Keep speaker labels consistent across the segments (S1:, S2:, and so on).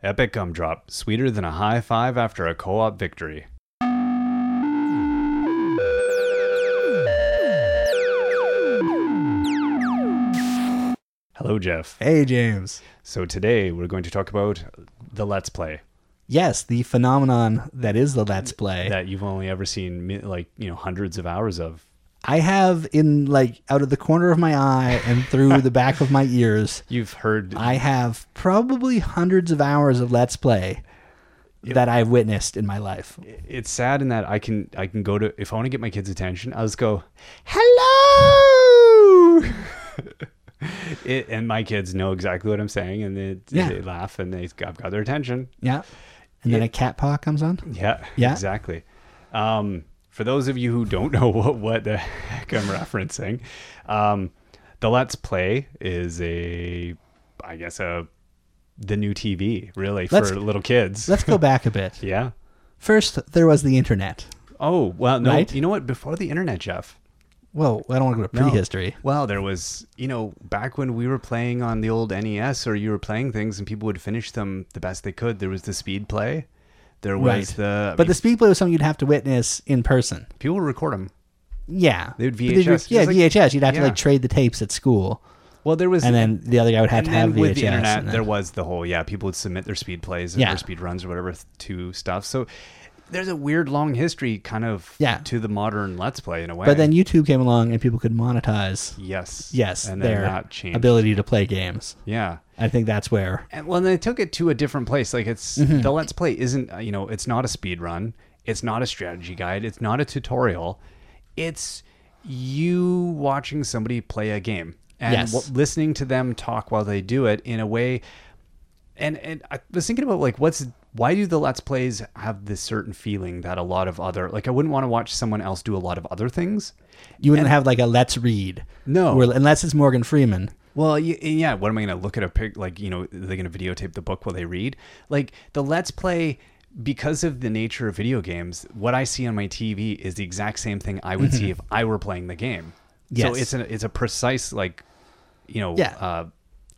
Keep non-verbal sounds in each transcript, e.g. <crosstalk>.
S1: Epic Gumdrop, sweeter than a high five after a co op victory. Hello, Jeff.
S2: Hey, James.
S1: So, today we're going to talk about the Let's Play
S2: Yes, the phenomenon that is the Let's Play.
S1: that you've only ever seen, mi- like, you know, hundreds of hours of.
S2: I have in like out of the corner of my eye and through the back of my ears,
S1: You've heard.
S2: I have probably hundreds of hours of Let's Play that I've witnessed in my life.
S1: it's sad in that I can I can go to if I want to get my kids' attention, I'll just go, "Hello." <laughs> it, and my kids know exactly what I'm saying, and they,
S2: Yeah.
S1: they laugh and they I've got their attention.
S2: Yeah. And then a cat paw comes on.
S1: Yeah,
S2: Yeah.
S1: exactly. Um, for those of you who don't <laughs> know what what the heck I'm referencing, um, the Let's Play is a, I guess a, the new TV really
S2: Let's-
S1: for little kids.
S2: Let's go back a
S1: <laughs>
S2: bit.
S1: Yeah.
S2: First, there was the internet.
S1: Oh well, no.
S2: Right?
S1: You know what? Before the internet, Jeff.
S2: Whoa, I don't want to go to
S1: No.
S2: prehistory.
S1: Well, there was, you know, back when we were playing on the old NES or you were playing things and people would finish them the best they could, there was the speed play. There was
S2: Right.
S1: the.
S2: But the speed play was something you'd have to witness in person.
S1: people would record them.
S2: Yeah.
S1: They would
S2: But did you-
S1: VHS.
S2: Yeah,
S1: Just like-
S2: VHS. You'd have to
S1: yeah.
S2: like trade the tapes at school.
S1: Well, there was.
S2: And then the other guy would have
S1: and
S2: to
S1: then
S2: have VHS.
S1: with the internet,
S2: and then-
S1: there was the whole, yeah, people would submit their speed plays or
S2: Yeah.
S1: their speed runs or whatever th- to stuff. So there's a weird long history kind of
S2: Yeah.
S1: to the modern Let's Play in a way.
S2: But then YouTube came along and people could monetize
S1: Yes.
S2: yes
S1: And then
S2: their
S1: that changed.
S2: ability to play games.
S1: Yeah.
S2: I think that's where
S1: And well, they took it to a different place. Like it's the Let's Play isn't uh, you know it's not a speed run, it's not a strategy guide, it's not a tutorial, it's you watching somebody play a game and
S2: Yes.
S1: w- listening to them talk while they do it in a way. And and I was thinking about like what's why do the Let's Plays have this certain feeling that a lot of other like I wouldn't want to watch someone else do a lot of other things.
S2: you wouldn't have like a let's read.
S1: No.
S2: Where- unless it's Morgan Freeman.
S1: Well, y- yeah. What am I going to look at a pic? Like, you know, they're going to videotape the book while they read. Like the Let's Play, because of the nature of video games, what I see on my TV is the exact same thing I would see if I were playing the game. So
S2: Mm-hmm. Yes.
S1: it's a it's a precise like, you know,
S2: Yeah.
S1: uh,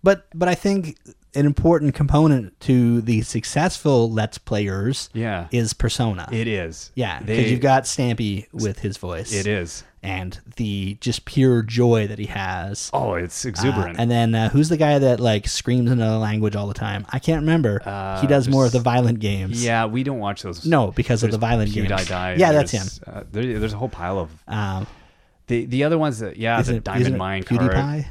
S2: But but I think an important component to the successful let's players
S1: yeah,
S2: is persona.
S1: it is.
S2: yeah, because
S1: They-
S2: you've got Stampy with his voice
S1: it is.
S2: and the just pure joy that he has.
S1: Oh, it's
S2: Uh,
S1: exuberant.
S2: and then uh, who's the guy that like screams another language all the time? I can't remember. he does more of the violent games.
S1: yeah, we don't watch those.
S2: No, because of the violent
S1: Die
S2: games.
S1: Die.
S2: yeah, that's him.
S1: there's, Uh, there, there's a whole pile of
S2: Um,
S1: the the other ones that yeah,
S2: isn't
S1: the
S2: it-
S1: Diamond
S2: isn't it
S1: Mine card.
S2: PewDiePie?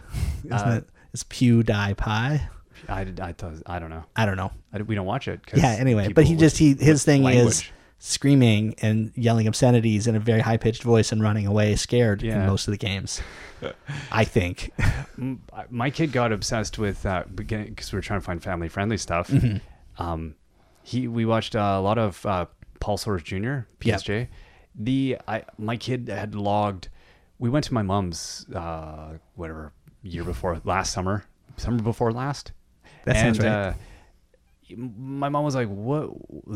S2: Isn't it, it's PewDiePie.
S1: I, I thought I don't know.
S2: I don't know.
S1: I, we don't watch it. 'cause
S2: Yeah. Anyway, but he
S1: people
S2: just he
S1: with-
S2: his
S1: with
S2: thing is
S1: language.
S2: screaming and yelling obscenities in a very high pitched voice and running away scared
S1: Yeah.
S2: in most of the games. I think.
S1: M- Mm, My kid got obsessed with uh, because we were trying to find family friendly stuff.
S2: Mm-hmm.
S1: Um, he we watched uh, a lot of uh, Paul Soros Jr. PSJ. The I my kid had logged. We went to my mom's uh, whatever year before last summer, summer before last.
S2: That sounds right.
S1: Uh, my mom was like, "What?"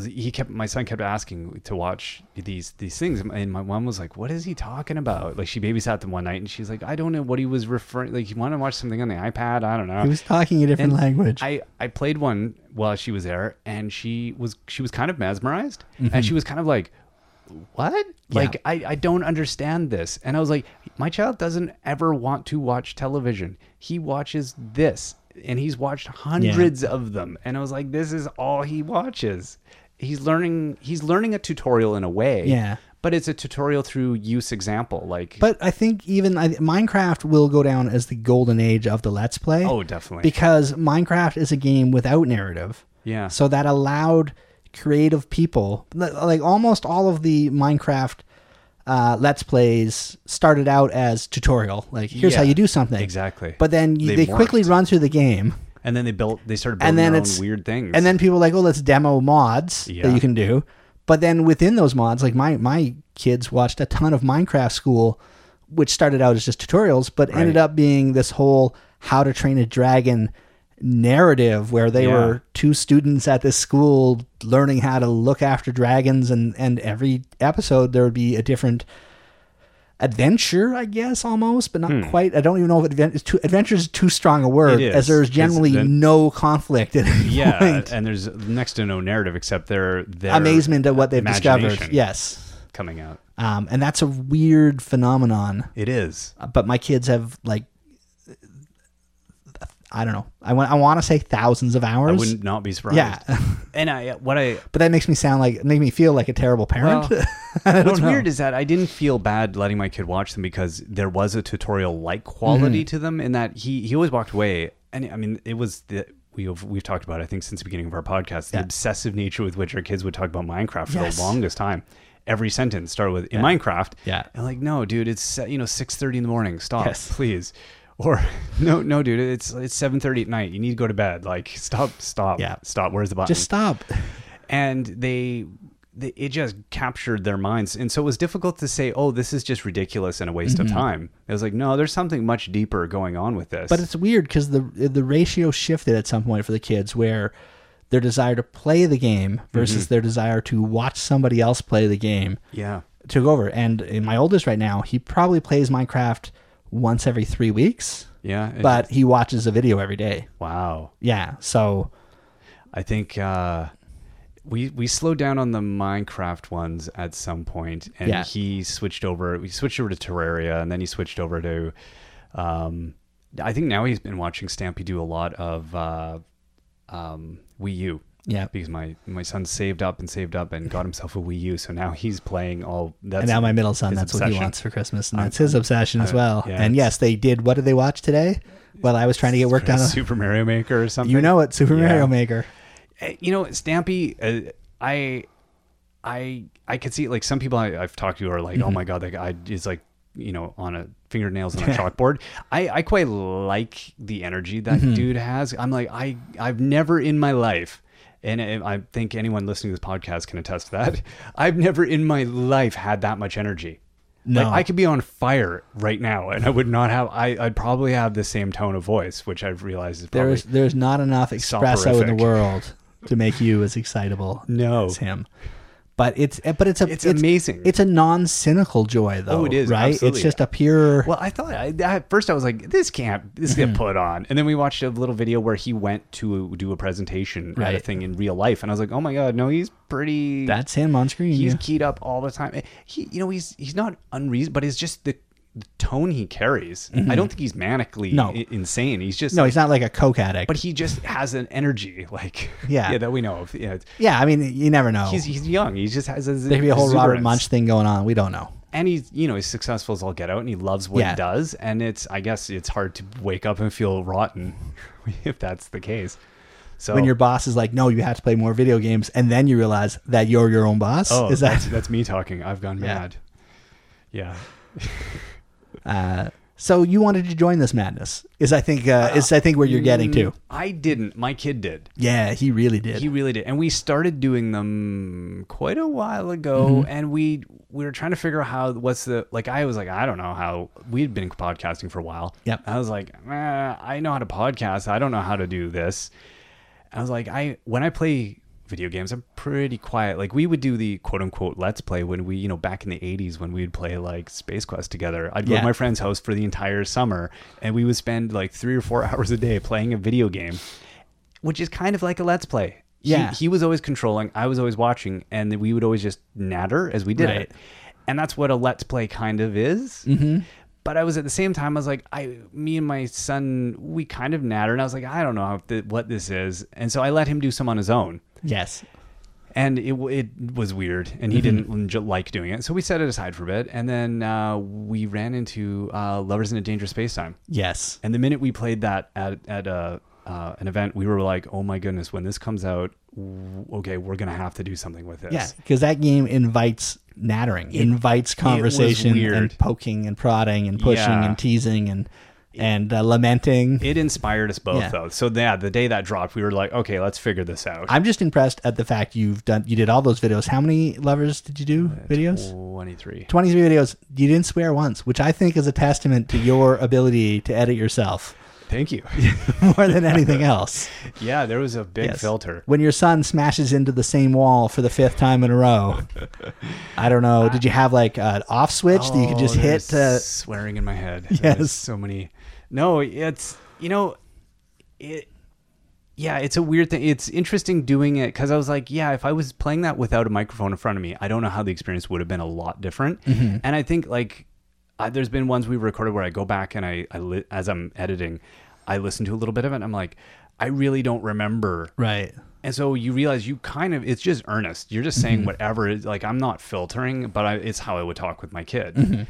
S1: He kept my son kept asking to watch these these things, and my mom was like, "What is he talking about?" Like she babysat them one night, and she's like, "I don't know what he was referring. Like he wanted to watch something on the iPad. I don't know."
S2: He was talking a different language.
S1: I I played one while she was there, and she was she was kind of mesmerized,
S2: Mm-hmm.
S1: and she was kind of like, "What? Like I I don't understand this." And I was like, "My child doesn't ever want to watch television. He watches this, and he's watched hundreds of them." And I was like, "This is all he watches." He's learning. He's learning a tutorial in a way.
S2: Yeah.
S1: But it's a tutorial through use example. Like.
S2: but I think even I, Minecraft will go down as the golden age of the Let's Play.
S1: oh, definitely.
S2: because Minecraft is a game without narrative.
S1: Yeah.
S2: So that allowed creative people, li- like almost all of the Minecraft uh, Let's Plays, started out as tutorial. Like, here's how
S1: Yeah,
S2: you do something.
S1: exactly.
S2: But then you,
S1: They
S2: they quickly
S1: morphed.
S2: run through the game.
S1: and then they built. They started building
S2: And then
S1: their
S2: it's
S1: own weird things.
S2: And then people are like, oh, let's demo mods
S1: Yeah.
S2: that you can do. But then within those mods, like my my kids watched a ton of Minecraft school, which started out as just tutorials, but ended up being this whole how to train a dragon narrative where they
S1: Yeah.
S2: were two students at this school learning how to look after dragons and and every episode there would be a different adventure, I guess, almost, but not quite. I don't even know if advent, it's too, adventure is too strong a word,
S1: Hmm. It
S2: as
S1: is.
S2: there's
S1: It's
S2: generally
S1: adven-
S2: no conflict at
S1: <laughs>
S2: any
S1: Yeah,
S2: point.
S1: and there's next to no narrative except their, their
S2: Amazement at what they've discovered.
S1: imagination
S2: Yes.
S1: coming out.
S2: Um, and that's a weird phenomenon.
S1: It is.
S2: But my kids have, like, I don't know. I want, I want to say thousands of hours.
S1: I would not be surprised.
S2: yeah. <laughs>
S1: and I what I
S2: but that makes me sound like, make me feel like a terrible parent. <laughs>
S1: Well,
S2: I
S1: What's
S2: don't know.
S1: weird is that I didn't feel bad letting my kid watch them because there was a tutorial like quality
S2: Mm-hmm.
S1: to them in that he he always walked away and I mean it was the we've we've talked about I think since the beginning of our podcast the obsessive nature with which our kids would talk about Minecraft for
S2: Yes.
S1: the longest time. Every sentence started with in Minecraft.
S2: Yeah.
S1: And like, no, dude, it's uh, you know, six thirty in the morning. Stop,
S2: Yes.
S1: please. Or <laughs> no, no, dude, it's it's seven thirty at night. You need to go to bed. Like, stop, stop,
S2: Yeah.
S1: stop. Where's the button?
S2: Just stop.
S1: and they, they it just captured their minds and so it was difficult to say oh this is just ridiculous and a waste
S2: Mm-hmm.
S1: of time it was like no there's something much deeper going on with this
S2: But it's weird because the the ratio shifted at some point for the kids, where their desire to play the game versus
S1: Mm-hmm.
S2: their desire to watch somebody else play the game
S1: yeah
S2: took over. And in my oldest right now, he probably plays Minecraft once every three weeks,
S1: yeah it-
S2: but he watches a video every day.
S1: wow
S2: Yeah, so
S1: i think uh we we slowed down on the minecraft ones at some point and
S2: Yeah.
S1: he switched over we switched over to terraria and then he switched over to um i think now he's been watching stampy do a lot of uh um wii u
S2: yeah.
S1: because my my son saved up and saved up and got himself a Wii U. So now he's playing all. That's
S2: And now my middle son,
S1: his
S2: that's what he
S1: obsession.
S2: wants for Christmas, and that's his obsession as well.
S1: yeah,
S2: and
S1: it's-
S2: yes, they did. What did they watch today? Well, I was trying to get work done. on-
S1: Super Mario Maker or something.
S2: <laughs> You know it, Super Mario Maker.
S1: Eh, you know, Stampy. Uh, I, I, I could see like some people I, I've talked to are like, oh my god, that guy is like, you know, on a fingernails on a chalkboard. I, I quite like the energy that dude has. I'm like, I, I've never in my life. And eh, I I think anyone listening to this podcast can attest to that. <laughs> I've never in my life had that much energy.
S2: No.
S1: Like, I could be on fire right now, and I would not have. I, I'd probably have the same tone of voice, which I've realized is probably
S2: There's there's not enough espresso in the
S1: soporific.
S2: world to make you as excitable
S1: <laughs> No.
S2: as him. But it's but it's a
S1: It's amazing.
S2: It's a non-cynical joy though.
S1: Oh, it is,
S2: right.
S1: absolutely.
S2: It's just a pure.
S1: Well, I thought I, at first I was like, "This can't, this
S2: Mm-hmm.
S1: get put on." And then we watched a little video where he went to do a presentation at a
S2: Right.
S1: thing in real life, and I was like, "Oh my god, no, he's pretty.
S2: that's him on screen.
S1: he's
S2: yeah.
S1: keyed up all the time. Eh, He, you know, he's he's not unreasonable, but it's just the, the tone he carries. I don't think he's manically
S2: Mm-hmm. No.
S1: i- insane. He's just
S2: no, he's not like a coke addict.
S1: but he just has an energy like
S2: Yeah.
S1: that we know of. <laughs> Yeah, it's-
S2: yeah, I mean, you never know.
S1: he's he's young. He just has a,
S2: there could be a whole Robert
S1: exuberance.
S2: Munch thing going on. We don't know.
S1: and he's you know he's successful as all get out and he loves what
S2: Yeah.
S1: he does and it's i guess it's hard to wake up and feel rotten <laughs> if that's the case so
S2: When your boss is like, "No, you have to play more video games," and then you realize that you're your own boss.
S1: oh
S2: is
S1: that's,
S2: that?
S1: that's me talking i've gone
S2: Yeah.
S1: mad yeah
S2: Uh, so you wanted to join this madness? Is I think uh, is I think where you're getting to?
S1: Mm, i didn't my kid did
S2: Yeah, he really did.
S1: he really did and we started doing them quite a while ago
S2: Mm-hmm.
S1: and we we were trying to figure out how what's the like i was like i don't know how we'd been podcasting for a while
S2: Yep.
S1: i was like eh, i know how to podcast i don't know how to do this and i was like i when i play video games i'm pretty quiet like we would do the quote unquote let's play when we you know back in the 80s when we'd play like space quest together i'd go
S2: Yeah.
S1: to my friend's house for the entire summer and we would spend like three or four <laughs> hours a day playing a video game which is kind of like a let's play. He-
S2: Yeah.
S1: He, was always controlling, I was always watching, and then we would always just natter as we did
S2: Right.
S1: it. And that's what a let's play kind of is. Mm-hmm. But I was at the same time, I was like, I, me and my son, we kind of natter, and I was like, I don't know how, th- what this is. And so I let him do some on his own.
S2: yes.
S1: And it, w- it was weird, and he
S2: Mm-hmm.
S1: didn't j- like doing it. So we set it aside for a bit, and then uh, we ran into uh, Lovers in a Dangerous Space Time.
S2: Yes.
S1: And the minute we played that at at uh, uh, an event, we were like, "Oh my goodness! When this comes out, w- okay, we're gonna have to do something with this."
S2: Yeah, because that game invites nattering, invites conversation,
S1: weird.
S2: and poking and prodding and pushing
S1: Yeah.
S2: and teasing and and uh, lamenting.
S1: It inspired us both,
S2: Yeah.
S1: though. So yeah, the day that dropped, we were like, "Okay, let's figure this out."
S2: I'm just impressed at the fact you've done. You did all those videos. How many lovers did you do? Videos.
S1: Twenty three.
S2: 23 <laughs> videos. You didn't swear once, which I think is a testament to your ability to edit yourself. <laughs>
S1: Thank you.
S2: more than anything else.
S1: Yeah, there was a big
S2: Yes.
S1: filter.
S2: When your son smashes into the same wall for the fifth time in a row, I don't know. Did you have like an off switch that you could just
S1: Oh,
S2: hit
S1: there's
S2: to?
S1: swearing in my head.
S2: Yes.
S1: There's so many. No, it's you know, it. Yeah, it's a weird thing. It's interesting doing it because I was like, yeah, if I was playing that without a microphone in front of me, I don't know how the experience would have been a lot different.
S2: Mm-hmm.
S1: And I think like I, there's been ones we recorded where I go back and I, I li- as I'm editing, I listen to a little bit of it. and I'm like, I really don't remember
S2: Right.
S1: and so you realize you kind of it's just earnest. You're just
S2: Mm-hmm.
S1: saying whatever. It, like I'm not filtering, but I, it's how I would talk with my kid.
S2: Mm-hmm.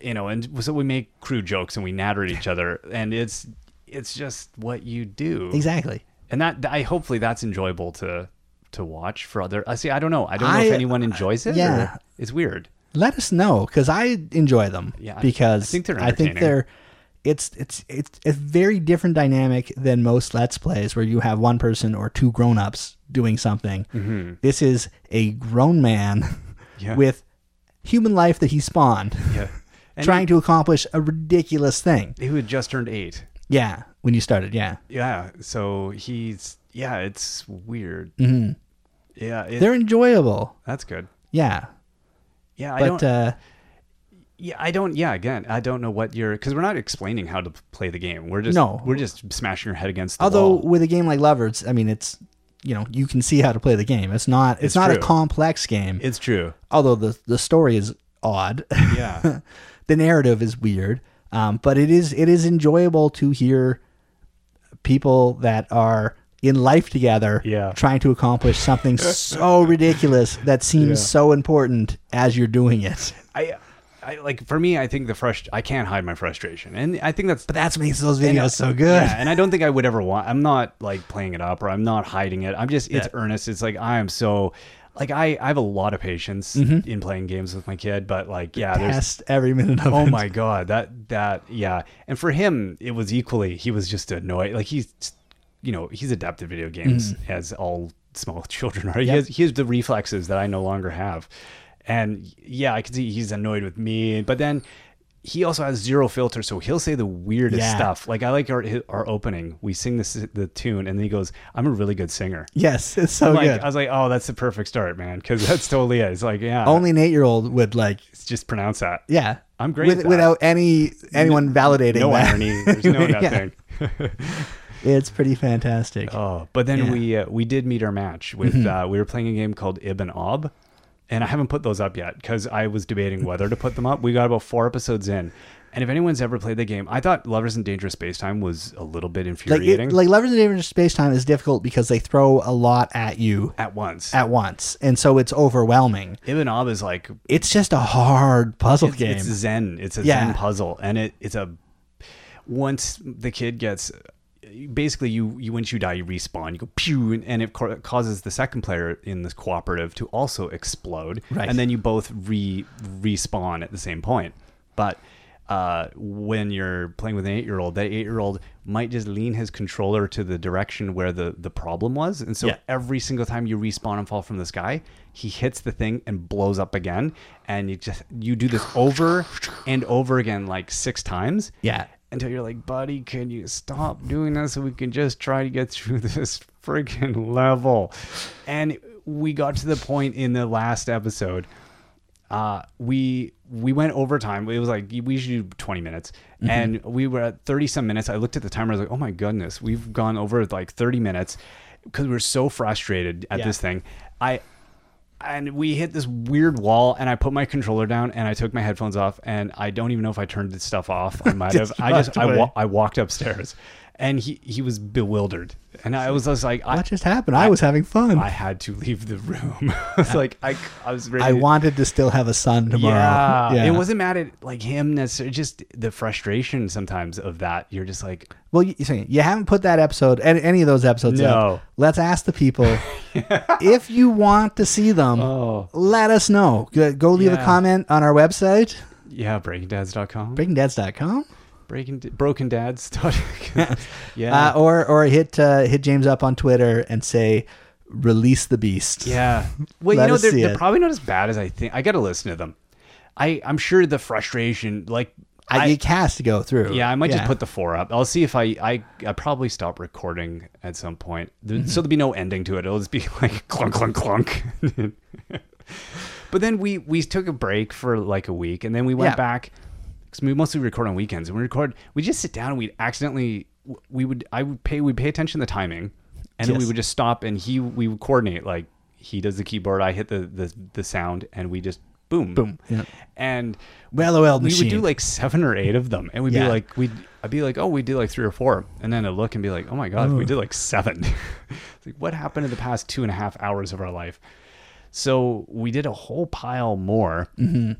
S1: You know, and so we make crude jokes and we natter at each other, and it's it's just what you do.
S2: Exactly.
S1: And that I hopefully that's enjoyable to to watch for other. I see. I don't know. I don't know
S2: I-
S1: if anyone enjoys it. or-
S2: yeah.
S1: it's weird.
S2: Let us know because I enjoy them.
S1: Yeah, I-
S2: Because
S1: I think they're
S2: I think
S1: entertaining.
S2: they're. It's it's it's a very different dynamic than most Let's Plays where you have one person or two grown ups doing something. This is a grown man
S1: Mm-hmm. <laughs> Yeah.
S2: with human life that he spawned,
S1: Yeah. And
S2: <laughs> trying to accomplish a ridiculous thing.
S1: he, who had just turned eight.
S2: Yeah, when you started, yeah.
S1: Yeah. So he's yeah. It's weird.
S2: Mm-hmm.
S1: Yeah. It,
S2: They're enjoyable.
S1: that's good.
S2: Yeah.
S1: Yeah. I
S2: But
S1: don't.
S2: uh
S1: Yeah, I don't. Yeah, again, I don't know what you're because we're not explaining how to p- play the game. We're just
S2: No.
S1: we're just smashing your head against the
S2: although
S1: wall.
S2: with a game like Lovers, I mean it's you know, you can see how to play the game. It's not it's,
S1: It's
S2: not a
S1: true.
S2: complex game.
S1: It's true.
S2: although the the story is odd. <laughs>
S1: Yeah,
S2: the narrative is weird. Um, but it is it is enjoyable to hear people that are in life together
S1: Yeah.
S2: trying to
S1: <laughs>
S2: accomplish something so ridiculous that seems so important as you're doing it.
S1: I, I like for me, I think the frust I can't hide my frustration, and I think that's
S2: But that's what makes those videos so good.
S1: Yeah, and I don't think I would ever want. I'm not like playing it up or I'm not hiding it. I'm just it's earnest. It's like I am so like I I have a lot of patience
S2: Mm-hmm.
S1: in playing games with my kid, but like yeah, there's
S2: Past every minute of
S1: Oh
S2: it.
S1: my god, that that yeah. And for him, it was equally. He was just annoyed. Like he's, you know, he's adept at video games
S2: Mm-hmm.
S1: as all small <laughs> children are. He has he has the reflexes that I no longer have. And yeah, I can see he's annoyed with me, but then he also has zero filter, so he'll say the weirdest
S2: Yeah.
S1: stuff. Like I like our our opening. We sing this the tune, and then he goes, "I'm a really good singer."
S2: Yes, it's so
S1: Like
S2: good.
S1: I was like, "Oh, that's the perfect start, man," because that's totally it. It's like, yeah,
S2: Only an eight year old would like
S1: just pronounce
S2: <laughs>
S1: that.
S2: yeah.
S1: I'm great
S2: with-
S1: at that.
S2: without any anyone validating
S1: No
S2: that.
S1: irony. There's no
S2: <laughs> Yeah.
S1: nothing.
S2: It's pretty fantastic.
S1: Oh, but then
S2: Yeah. Mm-hmm.
S1: we uh, we did meet our match with uh, we were playing a game called Ibn Ob, and I haven't put those up yet because I was debating whether to put them up. We got about four episodes in, and if anyone's ever played the game, I thought Lovers in Dangerous Space Time was a little bit
S2: like
S1: infuriating
S2: it, like Lovers of Dangerous Space Time is difficult because they throw a lot at you
S1: at once.
S2: at once, and so it's overwhelming.
S1: Ibn Ob is like
S2: It's just a hard puzzle
S1: it's,
S2: game.
S1: it's Zen. It's a
S2: Yeah.
S1: Zen puzzle, and it it's a once the kid gets basically you you once you die you respawn you go pew and, and it ca- causes the second player in this cooperative to also explode
S2: Right.
S1: and then you both re respawn at the same point but uh, when you're playing with an eight-year-old, that eight-year-old might just lean his controller to the direction where the, the problem was, and so
S2: Yeah.
S1: every single time you respawn and fall from the sky, he hits the thing and blows up again. And you just you do this over and over again like six times.
S2: Yeah.
S1: Until you're like, buddy, can you stop doing this so we can just try to get <laughs> through this freaking level? And we got to the point in the last episode uh, we we went overtime. It was like we should do 20 minutes, and we were at 30 some minutes. I looked at the timer. I was like, "Oh my goodness, we've gone over like 30 minutes because we were so frustrated at
S2: Yeah.
S1: this thing." I and we hit this weird wall, and I put my controller down, and I took my headphones off, and I don't even know if I turned this stuff off. I
S2: <laughs>
S1: might have.
S2: Just
S1: I just
S2: walked
S1: I,
S2: away.
S1: wa- I walked upstairs, and he he was bewildered, and I was just like, I,
S2: what just happened? I, was having fun.
S1: I
S2: I,
S1: had to leave the room. <laughs> I was like, I I was ready. to-
S2: wanted to still have a son tomorrow.
S1: yeah. It wasn't mad at like him necessarily, just the frustration sometimes of that. You're just like,
S2: Well, you, so you haven't put that episode, an- any of those episodes
S1: No.
S2: up. Let's ask
S1: <laughs>
S2: the people if you want to see them.
S1: Oh.
S2: Let us know. Go go leave a
S1: Yeah.
S2: comment on our website,
S1: yeah, breakingdads.com.
S2: breakingdads.com,
S1: Breaking broken dads. <laughs>
S2: <laughs>
S1: yeah.
S2: uh, or or hit uh, hit James up on Twitter and say, "Release the beast."
S1: yeah. Well,
S2: Let
S1: you know,
S2: us
S1: they're,
S2: see
S1: they're
S2: it.
S1: probably not as bad as I think. I got to listen to them. I, I'm sure the frustration, like,
S2: I, it has to go through.
S1: Yeah, I might just put the four up. I'll see if I I, I probably stop recording at some point.
S2: Mm-hmm.
S1: There- So there'll be no ending to it. It'll just be <laughs> like clunk clunk clunk. <laughs> but then we we took a break for like a week, and then we went
S2: Yeah.
S1: back because we mostly record on weekends. And we record, we just sit down and we'd accidentally we would I would pay we would pay attention to the timing, and then we
S2: Yes.
S1: would just stop and he we would coordinate like he does the keyboard, I hit the the, the sound, and we just boom
S2: Boom. Yeah.
S1: and
S2: Well, well,
S1: we would do
S2: machine.
S1: like seven or eight of them, and we'd be
S2: Yeah.
S1: like, we'd I'd be like, oh, we did like three or four, and then I look and be like, oh my god, we did like seven. <laughs> It's like, what happened in the past two and a half hours of our life? So we did a whole pile more,
S2: Mm-hmm.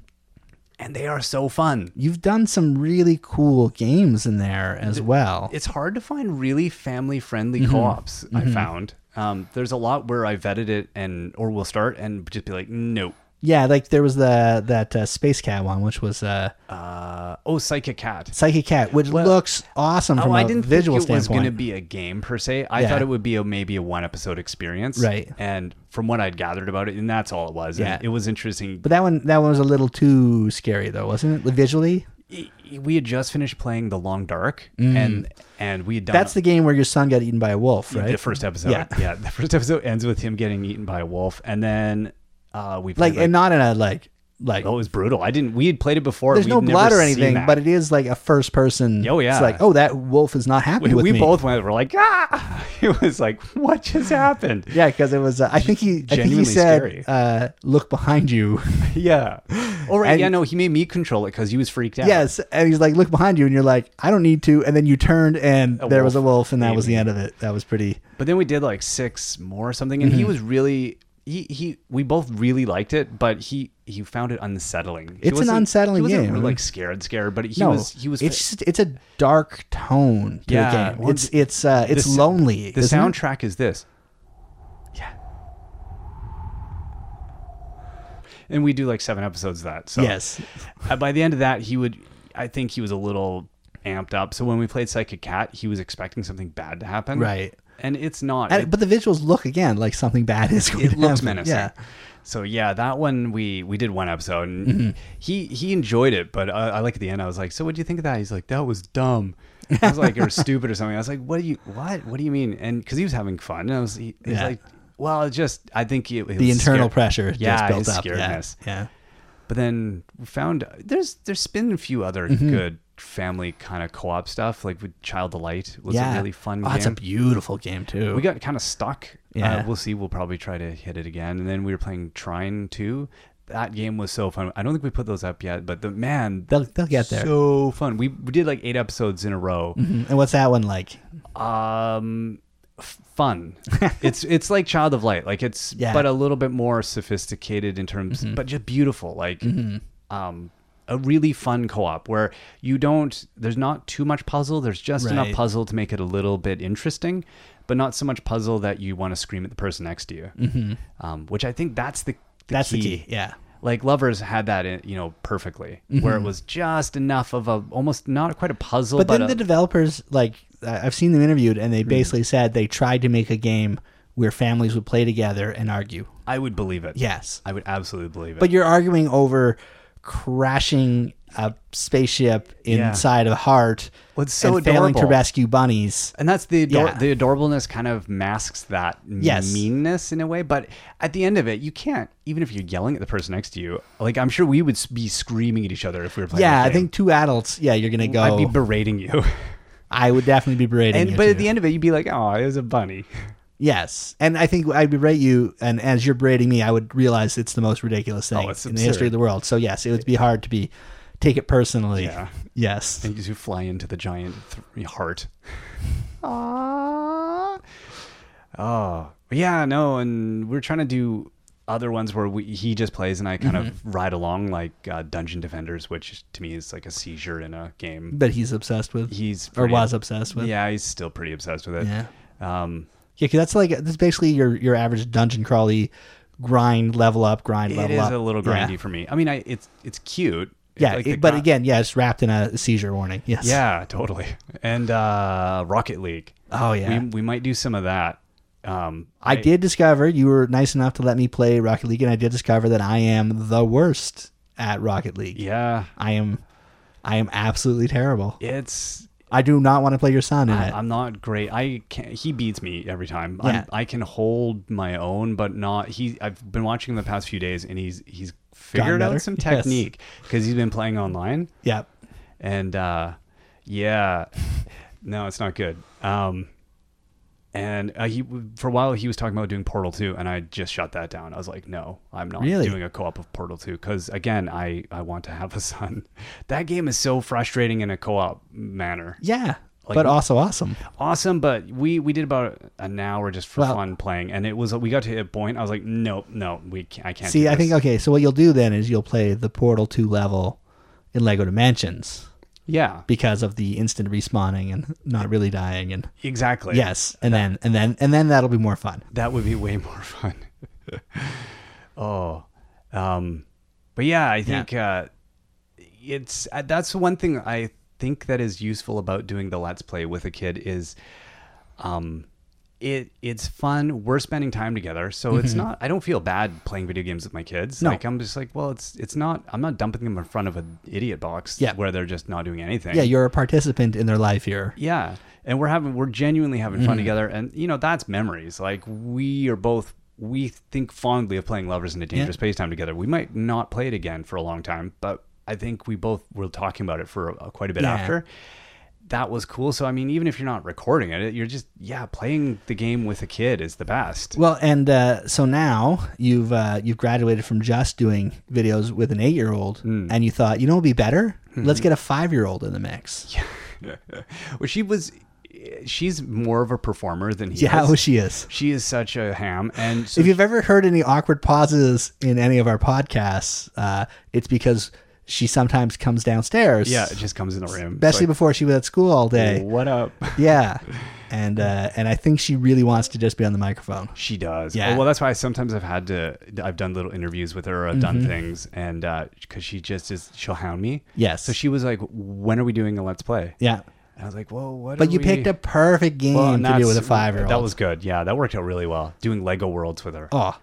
S1: and they are so fun.
S2: You've done some really cool games in there as well.
S1: It's hard to find really family friendly
S2: Mm-hmm.
S1: co-ops. I found um, there's a lot where I vetted it and or we'll start and just be like, no.
S2: Yeah, like there was the that uh, Space Cat one, which was uh,
S1: Uh, oh, Psychic Cat.
S2: Psychic Cat, which looks awesome from
S1: Oh,
S2: a
S1: I didn't
S2: visual
S1: think it was
S2: standpoint.
S1: going to be a game per se. I
S2: Yeah.
S1: thought it would be a maybe a one episode experience,
S2: Right.
S1: And from what I'd gathered about it, and that's all it was.
S2: Yeah.
S1: And it was interesting.
S2: but that one, that one was a little too scary though, wasn't it? Visually,
S1: E- e- we had just finished playing The Long Dark, and and we had done
S2: Mm. that's the game where your son got eaten by a wolf, right?
S1: the first episode.
S2: Yeah.
S1: the first episode ends with him getting eaten by a wolf, and then uh, we played
S2: like, and not in a like, like
S1: oh, it was brutal. I didn't. We had played it before.
S2: there's
S1: We'd
S2: no
S1: never
S2: blood or
S1: seen
S2: anything,
S1: that.
S2: but it is like a first person.
S1: Oh, yeah.
S2: it's like oh that wolf is not happy
S1: we,
S2: with
S1: we
S2: me.
S1: both went. We're like, ah! <laughs> It was like, what just
S2: <laughs>
S1: happened?
S2: <laughs> yeah, because it was. Uh, I think he, I think he
S1: Genuinely
S2: said,
S1: scary.
S2: uh, "Look behind
S1: <laughs>
S2: you."
S1: Yeah. All right.
S2: And-
S1: yeah. No, he made me control it because he was freaked out.
S2: Yes, and he's like, "Look behind you," and you're like, "I don't need to." And then you turned, and there was a
S1: wolf
S2: wolf, and that
S1: ate
S2: was the
S1: me.
S2: end of it. That was pretty.
S1: But then we did like six more or something,
S2: Mm-hmm.
S1: and he was really he he. We both really liked it, but he he found it unsettling. He
S2: It's an
S1: wasn't-
S2: unsettling
S1: he wasn't
S2: game.
S1: really, like scared, scared, but he
S2: no,
S1: was he was.
S2: It's just, it's a dark tone to
S1: Yeah,
S2: the game.
S1: well,
S2: It's it's uh, it's
S1: s-
S2: lonely.
S1: the
S2: isn't it?
S1: soundtrack is this.
S2: Yeah.
S1: And we do like seven episodes of that. So
S2: Yes.
S1: uh, by the end of that, he would. I think he was a little amped up. So when we played Psychic Cat, he was expecting something bad to happen.
S2: Right.
S1: And it's not.
S2: And, but the visuals look again like something bad is going
S1: it
S2: to
S1: looks
S2: happen.
S1: menacing.
S2: Yeah.
S1: So yeah, that one we we did one episode and
S2: Mm-hmm.
S1: he he enjoyed it, but I, I like at the end I was like, so what do you think of that? He's like, that was dumb. I was like,
S2: <laughs>
S1: or stupid or something. I was like, what do you what what do you mean? And because he was having fun, and I was he, he's
S2: Yeah.
S1: like, well, it just I think it, it
S2: The
S1: was
S2: internal
S1: scared-
S2: pressure
S1: Yeah,
S2: just built
S1: his
S2: up. Yeah.
S1: scaredness.
S2: yeah.
S1: But then we found there's there's been a few other
S2: Mm-hmm.
S1: good family kind of co-op stuff like with Child Delight was
S2: yeah.
S1: a really fun.
S2: Oh,
S1: game.
S2: it's a beautiful game too.
S1: we got kind of stuck.
S2: Yeah.
S1: Uh, we'll see. We'll probably try to hit it again. And then we were playing Trine 2. That game was so fun. I don't think we put those up yet, but the man,
S2: they'll they'll get there.
S1: so fun. We, we did like eight episodes in a row.
S2: and what's that one like?
S1: Um, f-
S2: <laughs>
S1: fun. it's it's like Child of Light. Like it's
S2: Yeah. Mm-hmm.
S1: but a little bit more sophisticated in terms, but just beautiful. Like, um. A really fun co-op where you don't. There's not too much puzzle. There's just enough
S2: Right.
S1: puzzle to make it a little bit interesting, but not so much puzzle that you want to scream at the person next to you. Mm-hmm. Um, which I think that's the, the
S2: That's the key. Yeah.
S1: like lovers had that in, you know perfectly where it was just enough of a almost not quite a puzzle
S2: Mm-hmm. But
S1: but, uh, Hmm.
S2: then
S1: a-
S2: the developers, like I- I've seen them interviewed, and they basically said they tried to make a game where families would play together and argue.
S1: i would believe it
S2: Yes,
S1: i would absolutely believe it
S2: but you're arguing over crashing a spaceship
S1: Yeah.
S2: inside a heart
S1: What's so
S2: and failing to
S1: adorable.
S2: rescue bunnies.
S1: And that's the ador-
S2: Yeah.
S1: the adorableness kind of masks that
S2: Yes.
S1: meanness in a way. But at the end of it, you can't even if you're yelling at the person next to you. Like I'm sure we would s- be screaming at each other if we were playing.
S2: Yeah,
S1: that
S2: I
S1: game.
S2: think two adults. Yeah, you're gonna go.
S1: I'd be berating you.
S2: I would definitely be berating
S1: and
S2: you.
S1: but
S2: too.
S1: at the end of it, you'd be like, "Oh, it was a bunny."
S2: Yes, and I think I'd berate you, and as you're berating me, I would realize it's the most ridiculous thing
S1: Oh, it's
S2: in the
S1: absurd.
S2: history of the world. So yes, it would be hard to be take it personally.
S1: Yeah.
S2: Yes.
S1: And you fly into the giant th-
S2: <laughs>
S1: heart. Ah. Oh yeah, no, and we're trying to do other ones where we, he just plays and I kind
S2: Mm-hmm.
S1: of ride along, like uh, Dungeon Defenders, which to me is like a seizure in a game.
S2: That he's obsessed with.
S1: he's
S2: or
S1: pretty-
S2: was obsessed with. Yeah.
S1: Yeah, he's still pretty obsessed with it.
S2: Yeah.
S1: Um,
S2: Yeah, 'cause that's like that's basically your your average dungeon crawly grind level up, grind
S1: it
S2: level
S1: is
S2: up.
S1: a little
S2: Yeah.
S1: grindy for me. I mean, I it's it's cute.
S2: Yeah,
S1: Like
S2: it-
S1: the
S2: but
S1: guy-
S2: again, yeah, it's wrapped in a seizure warning. Yes.
S1: <laughs> yeah, totally. And uh, Rocket League.
S2: Oh, yeah.
S1: we we might do some of that. Um,
S2: I did discover you were nice enough to let me play Rocket League, and I did discover that I am the worst at Rocket League.
S1: yeah.
S2: I am I am absolutely terrible.
S1: It's
S2: I do not want to play your son in it.
S1: I'm not great. I can't, he beats me every time.
S2: Yeah.
S1: I'm, I can hold my own, but not he. I've been watching him the past few days, and he's he's figured
S2: better?
S1: out some
S2: Yes.
S1: technique because he's been playing online,
S2: Yep.
S1: and uh, yeah, no, it's not good. Um, and uh, he for a while he was talking about doing Portal 2, and I just shut that down. I was like, no, I'm not
S2: Really?
S1: doing a co-op of Portal 2 because again, I I want to have a son. <laughs> That game is so frustrating in a co-op manner
S2: Yeah.
S1: Like-
S2: but also awesome.
S1: awesome, but we we did about an hour just for
S2: Well-
S1: fun playing, and it was we got to a point. I was like, nope, no, we can't, I can't.
S2: See,
S1: do
S2: I think
S1: this."
S2: okay. So what you'll do then is you'll play the Portal Two level in Lego Dimensions
S1: yeah,
S2: because of the instant respawning and not really dying and
S1: exactly.
S2: yes, and then and then and then that'll be more fun.
S1: that would be way <laughs> more fun. oh, um, but yeah, I think uh, it's uh, that's one thing I think that is useful about doing the let's play with a kid is, um, it it's fun. We're spending time together, so it's not. I don't feel bad playing video games with my kids.
S2: Mm-hmm. No.
S1: Like I'm just like, well, it's it's not. I'm not dumping them in front of an idiot box
S2: Yeah.
S1: where they're just not doing anything.
S2: Yeah, you're a participant in their life here.
S1: Yeah. And we're having we're genuinely having
S2: Mm-hmm.
S1: fun together and you know that's memories. Like we are both we think fondly of playing Lovers in a Dangerous Space Time together. We might not play it again for a long time, but I think we both were talking about it for uh, quite a bit
S2: Yeah.
S1: after. That was cool. So I mean, even if you're not recording it, you're just yeah, playing the game with a kid is the best.
S2: Well, and uh, so now you've uh, you've graduated from just doing videos with an eight year old,
S1: Hmm.
S2: and you thought you know what would be better. Let's get a five year old in the mix. Yeah,
S1: Well, she was she's more of a performer than he
S2: how
S1: is.
S2: she is.
S1: She is such a ham and so
S2: if you've ever heard any awkward pauses in any of our podcasts, uh, it's because she sometimes comes downstairs.
S1: yeah, it just comes in the room. It's
S2: especially
S1: like,
S2: before she was at school all day.
S1: what up?
S2: Yeah, and uh, and I think she really wants to just be on the microphone.
S1: She does.
S2: Yeah.
S1: Yeah. Well, that's why sometimes I've had to. I've done little interviews with her. I've
S2: Mm-hmm.
S1: done things, and because she just is, she'll hound me.
S2: Yes.
S1: So she was like, "When are we doing a let's play?"
S2: Yeah,
S1: And I was like, "Well, what?"
S2: but
S1: are
S2: you
S1: we-
S2: picked a perfect game
S1: Well, and
S2: to do
S1: that's-
S2: with a five year old.
S1: That was good. Yeah, that worked out really well. Doing Lego worlds with her.
S2: oh,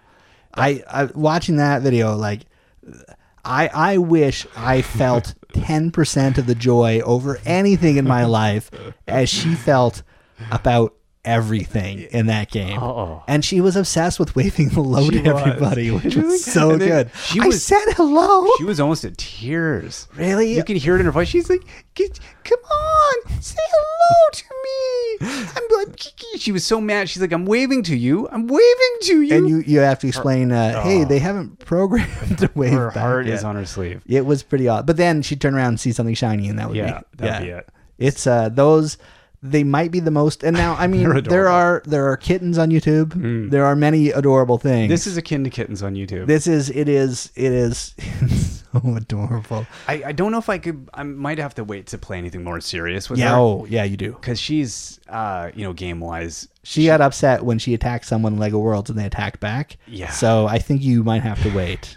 S2: I, I watching that video like. I, I wish
S1: <laughs>
S2: I felt 10% of the joy over anything in my life as she felt about everything in that game.
S1: Uh-oh.
S2: And she was obsessed with waving hello
S1: She
S2: to
S1: was.
S2: everybody, which
S1: She <laughs>
S2: was
S1: was.
S2: so
S1: And then
S2: good.
S1: she
S2: I
S1: was-
S2: said hello.
S1: She was almost in tears.
S2: Really?
S1: You can hear it in her voice. She's like, "Get- "Come on, say hello to me." I'm like, she was so mad. She's like, "I'm waving to you. I'm waving to you."
S2: and you, you have to explain, uh, hey, they haven't programmed <laughs> to wave
S1: her
S2: back
S1: heart
S2: yet.
S1: is on her sleeve.
S2: It was pretty odd. But then she'd turn around and see something shiny, and that would <laughs>
S1: Yeah,
S2: be,
S1: that'd be it.
S2: It's uh, those. They might be the most.
S1: <laughs>
S2: And now, I mean, there
S1: adorable. Hmm.
S2: are there are kittens on YouTube. There are many adorable things.
S1: This is akin to kittens on YouTube.
S2: this is it is it is <laughs> so adorable.
S1: I, I don't know if I could. I might have to wait to play anything more serious with
S2: Yeah.
S1: her
S2: Oh, yeah. You do.
S1: because she's, uh, you know, game wise.
S2: She got upset when she attacked someone in Lego Worlds and they attacked back.
S1: Yeah.
S2: So I think you might have to wait.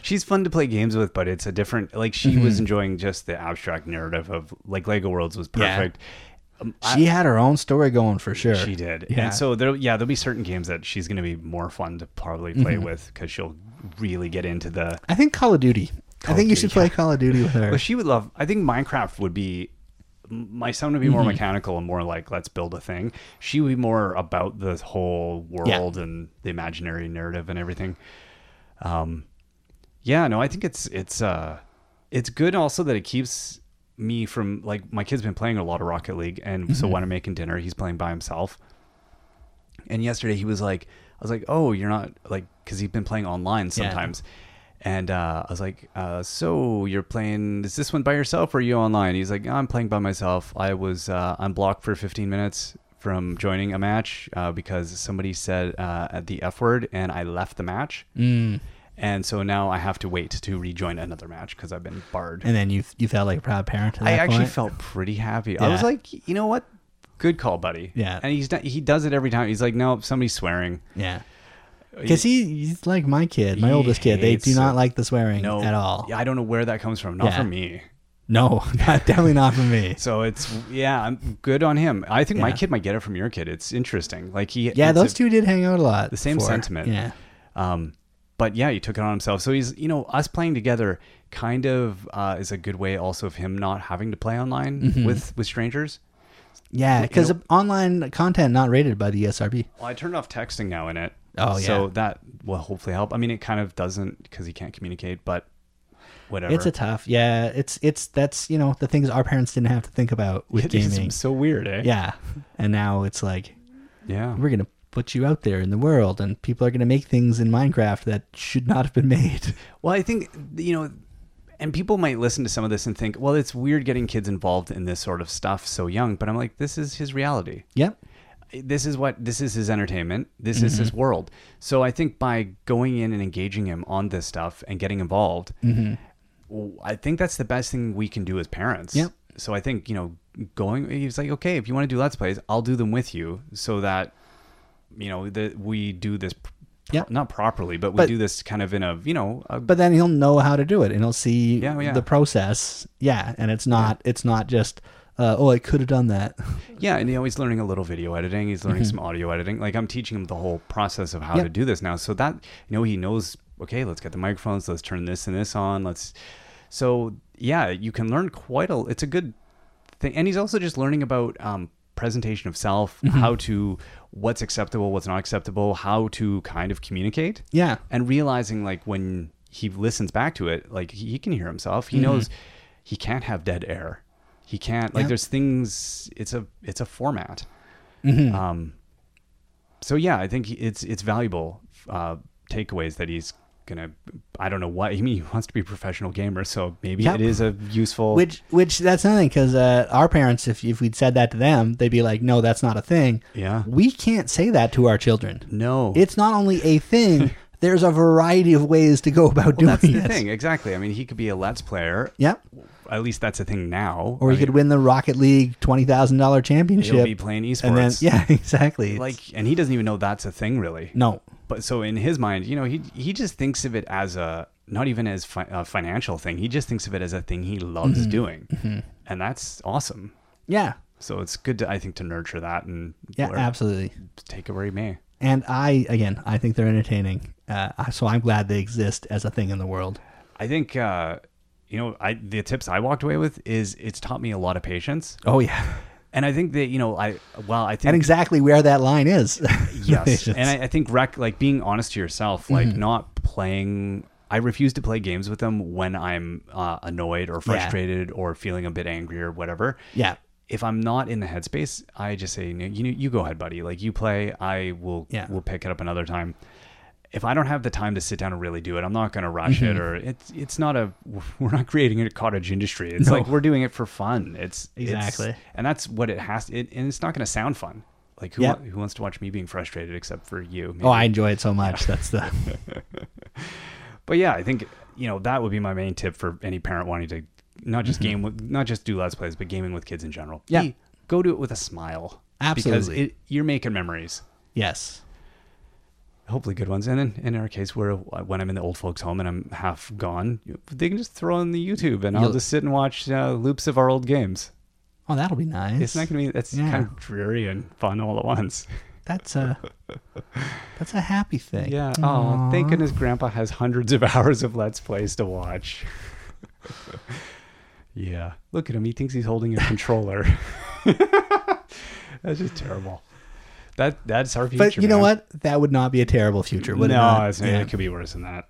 S1: She's fun to play games with, but it's a different. Like she
S2: Mm-hmm.
S1: was enjoying just the abstract narrative of like Lego Worlds was
S2: Yeah.
S1: perfect. Um, <laughs> I-
S2: she had her own story going for sure.
S1: she did,
S2: Yeah.
S1: and so there. Yeah, there'll be certain games that she's going to be more fun to probably
S2: Mm-hmm.
S1: play with because she'll really get into the.
S2: I think Call of Duty. I
S1: of
S2: think you
S1: Duty,
S2: should play Call of Duty with her.
S1: Well, <laughs> she would love. I think Minecraft would be. My son would be more mechanical and more like let's build a thing. She would be more about the whole world and the imaginary narrative and everything. Um, yeah, no, I think it's it's uh, it's good also that it keeps me from like my kid's been playing a lot of Rocket League, and so when I'm making dinner, he's playing by himself. And yesterday he was like, I was like, oh, you're not like, because he's been playing online sometimes. And uh, I was like, uh, so you're playing, is this one by yourself or are you online? He's like, I'm playing by myself. I was, uh, I'm blocked for 15 minutes from joining a match uh, because somebody said uh, the F word and I left the match.
S2: Mm.
S1: And so now I have to wait to rejoin another match because I've been barred.
S2: and then you you felt like a proud parent. At
S1: I
S2: that
S1: actually
S2: point.
S1: felt pretty happy. I
S2: Yeah.
S1: was like, you know what? Good call, buddy.
S2: Yeah.
S1: And he's not, he does it every time. He's like, no, somebody's swearing.
S2: yeah, because he, he's like my kid, my
S1: He
S2: oldest kid. They
S1: hates
S2: do not
S1: it.
S2: like the swearing
S1: no
S2: at all.
S1: Yeah, I don't know where that comes from. Not
S2: Yeah.
S1: from me.
S2: No, <laughs> not, definitely not for me.
S1: So <laughs> it's yeah, I'm good on him. I think my
S2: Yeah.
S1: kid might get it from your kid. It's interesting. Like he
S2: Yeah,
S1: it's
S2: those
S1: a-
S2: two did hang out a lot.
S1: the same
S2: before.
S1: sentiment.
S2: Yeah,
S1: Um, but yeah, he took it on himself. So he's, you know, us playing together kind of uh, is a good way also of him not having to play online
S2: Mm-hmm.
S1: with with strangers.
S2: Yeah, because
S1: know-
S2: online content not rated by the E ESRB.
S1: Well, I turned off texting now in it.
S2: Oh,
S1: So
S2: yeah.
S1: that will hopefully help. I mean, it kind of doesn't because he can't communicate, but whatever. <laughs>
S2: It's a tough, yeah. It's it's that's you know the things our parents didn't have to think
S1: <laughs>
S2: about with
S1: It is
S2: gaming.
S1: so weird, eh?
S2: Yeah, and now it's like
S1: Yeah.
S2: we're gonna put you out there in the world, and people are gonna make things in Minecraft that should not have been made. <laughs>
S1: Well, I think you know, and people might listen to some of this and think, well, it's weird getting kids involved in this sort of stuff so young. But I'm like, this is his reality.
S2: yep.
S1: This is what this is his entertainment. This is
S2: Mm-hmm.
S1: his world. So I think by going in and engaging him on this stuff and getting involved,
S2: Mm-hmm.
S1: w- I think that's the best thing we can do as parents.
S2: Yep.
S1: So I think you know, going he was like, okay, if you want to do let's plays, I'll do them with you, so that you know that we do this. pr-
S2: Yep.
S1: Not properly, but we
S2: But-
S1: do this kind of in a you know a
S2: But then he'll know how to do it, and he'll see
S1: Yeah, oh, yeah.
S2: the process. Yeah, and it's not it's not just uh, oh I could have done that. <laughs>
S1: Yeah, and you know he's learning a little video editing. He's learning some audio editing. Like I'm teaching him the whole process of how
S2: Yeah.
S1: to do this now, so that you know he knows. Okay, let's get the microphones. Let's turn this and this on. Let's. So yeah, you can learn quite a. It's a good thing, and he's also just learning about um, presentation of self, how to what's acceptable, what's not acceptable, how to kind of communicate
S2: Yeah,
S1: and realizing like when he listens back to it like he, he can hear himself
S2: Mm-hmm.
S1: he knows he can't have dead air he can't like
S2: Yeah.
S1: there's things it's a it's a format
S2: Mm-hmm.
S1: um so yeah i think he- it's it's valuable uh takeaways that he's gonna i don't know what i mean he wants to be a professional gamer so maybe it
S2: Yep.
S1: is a useful
S2: which which that's another thing because uh, our parents, if if we'd said that to them, they'd be like, no, that's not a thing.
S1: Yeah.
S2: we can't say that to our children.
S1: no
S2: It's not only a thing. there's a variety of ways to go about
S1: <laughs>
S2: doing
S1: that's the
S2: it.
S1: thing exactly i mean he could be a let's player
S2: Yep.
S1: at least that's a thing now
S2: Or
S1: I
S2: you could
S1: mean,
S2: win the Rocket League twenty thousand dollar championship,
S1: he'll be playing esports
S2: and then <laughs> yeah, exactly. It's-
S1: like and he doesn't even know that's a thing really
S2: no,
S1: but so in his mind, you know, he he just thinks of it as a not even as fi- a financial thing. He just thinks of it as a thing he loves
S2: Mm-hmm.
S1: doing, and that's awesome.
S2: yeah,
S1: So it's good, to, I think, to nurture that and
S2: yeah,
S1: where-
S2: absolutely.
S1: take it where he may.
S2: And I, again, I think they're entertaining. Uh, I- so I'm glad they exist as a thing in the world.
S1: I think, uh, you know, I the tips I walked away with is it's taught me a lot of patience,
S2: Oh yeah,
S1: and I think that you know, I well, I
S2: and
S1: think
S2: exactly where that line is.
S1: <laughs>
S2: <laughs>
S1: yes, and I, I think rec like being honest to yourself, like not playing. I refuse to play games with them when I'm uh, annoyed or frustrated or feeling a bit angry or whatever.
S2: yeah,
S1: if I'm not in the headspace, I just say, "No, you you go ahead, buddy. Like you play, I will
S2: Yeah.
S1: we'll pick it up another time. If I don't have the time to sit down and really do it, I'm not going to rush
S2: Mm-hmm.
S1: it. Or it's it's not a <laughs> we're not creating a cottage industry. It's
S2: No.
S1: like we're doing it for fun. It's it's-
S2: Exactly.
S1: and that's what it has. It, and it's not going to sound fun. Like who
S2: Yeah.
S1: wa- who wants to watch me being frustrated except for you?
S2: Oh,
S1: maybe?
S2: I enjoy it so much. That's
S1: <laughs>
S2: the
S1: But yeah, I think you know that would be my main tip for any parent wanting to not just game with, not just do let's plays, but gaming with kids in general.
S2: Mm-hmm. Yeah.
S1: Be- go do it with a smile.
S2: Absolutely.
S1: because it, you're making memories.
S2: yes.
S1: Hopefully, good ones. And then in our case, where uh, when I'm in the old folks' home and I'm half gone, they can just throw on the YouTube, and I'll
S2: You'll-
S1: just sit and watch uh, loops of our old games.
S2: Oh, that'll be nice.
S1: It's not gonna be that's
S2: Yeah.
S1: kind of dreary and fun all at once.
S2: That's a that's a happy thing.
S1: Yeah. Oh, thank goodness Grandpa has hundreds of <laughs> hours of Let's Plays to watch. <laughs> yeah. Look at him. He thinks he's holding a controller. <laughs> that's just terrible. That that's our future.
S2: but you know
S1: man.
S2: what? That would not be a terrible future, would it?
S1: No,
S2: not?
S1: it's,
S2: Yeah.
S1: it could be worse than that.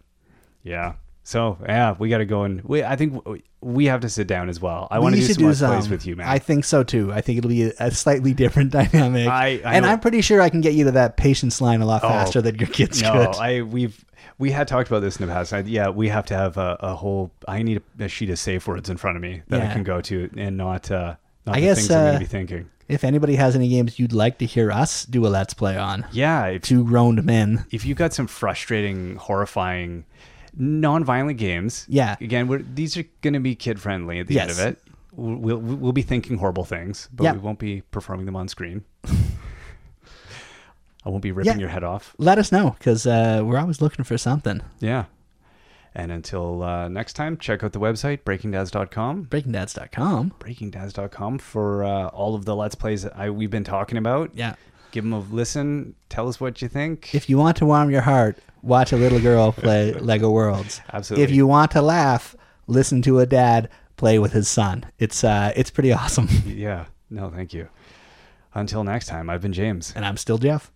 S1: Yeah. So yeah, we got to go and we. I think w- we have to sit down as well. I want to do
S2: We should
S1: some Let's Plays
S2: some.
S1: with you, man.
S2: I think so too. I think it'll be a slightly different <laughs> dynamic.
S1: I- I
S2: and
S1: know-
S2: I'm pretty sure I can get you to that patience line a lot
S1: Oh,
S2: faster than your kids
S1: no,
S2: could.
S1: I we've we had talked about this in the past. I, yeah, we have to have a, a whole. I need a, a sheet of safe words in front of me that I
S2: Yeah.
S1: can go to and not uh, not
S2: I
S1: the
S2: guess,
S1: things I'm going
S2: uh,
S1: to be thinking.
S2: if anybody has any games you'd like to hear us do a let's play on,
S1: Yeah, if
S2: two grown men.
S1: if you got some frustrating, horrifying, non-violent games,
S2: Yeah.
S1: again, we're, these are going to be kid friendly at the end
S2: Yes.
S1: of it. We'll, we'll we'll be thinking horrible things, but
S2: Yeah.
S1: we won't be performing them on
S2: <laughs>
S1: screen. I won't be ripping
S2: Yeah.
S1: your head off.
S2: Let us know because uh, we're always looking for something.
S1: Yeah. And until uh, next time, check out the website breakingdads.com.
S2: BreakingDads.com.
S1: breakingdads.com for uh, all of the let's plays that I, we've been talking about.
S2: Yeah.
S1: Give them a listen. Tell us what you think.
S2: If you want to warm your heart, watch a little girl play Lego Worlds.
S1: Absolutely.
S2: If you want to laugh, listen to a dad play with his son. It's uh, it's pretty awesome. <laughs>
S1: yeah. No, thank you. Until next time, I've been James.
S2: And I'm still Jeff.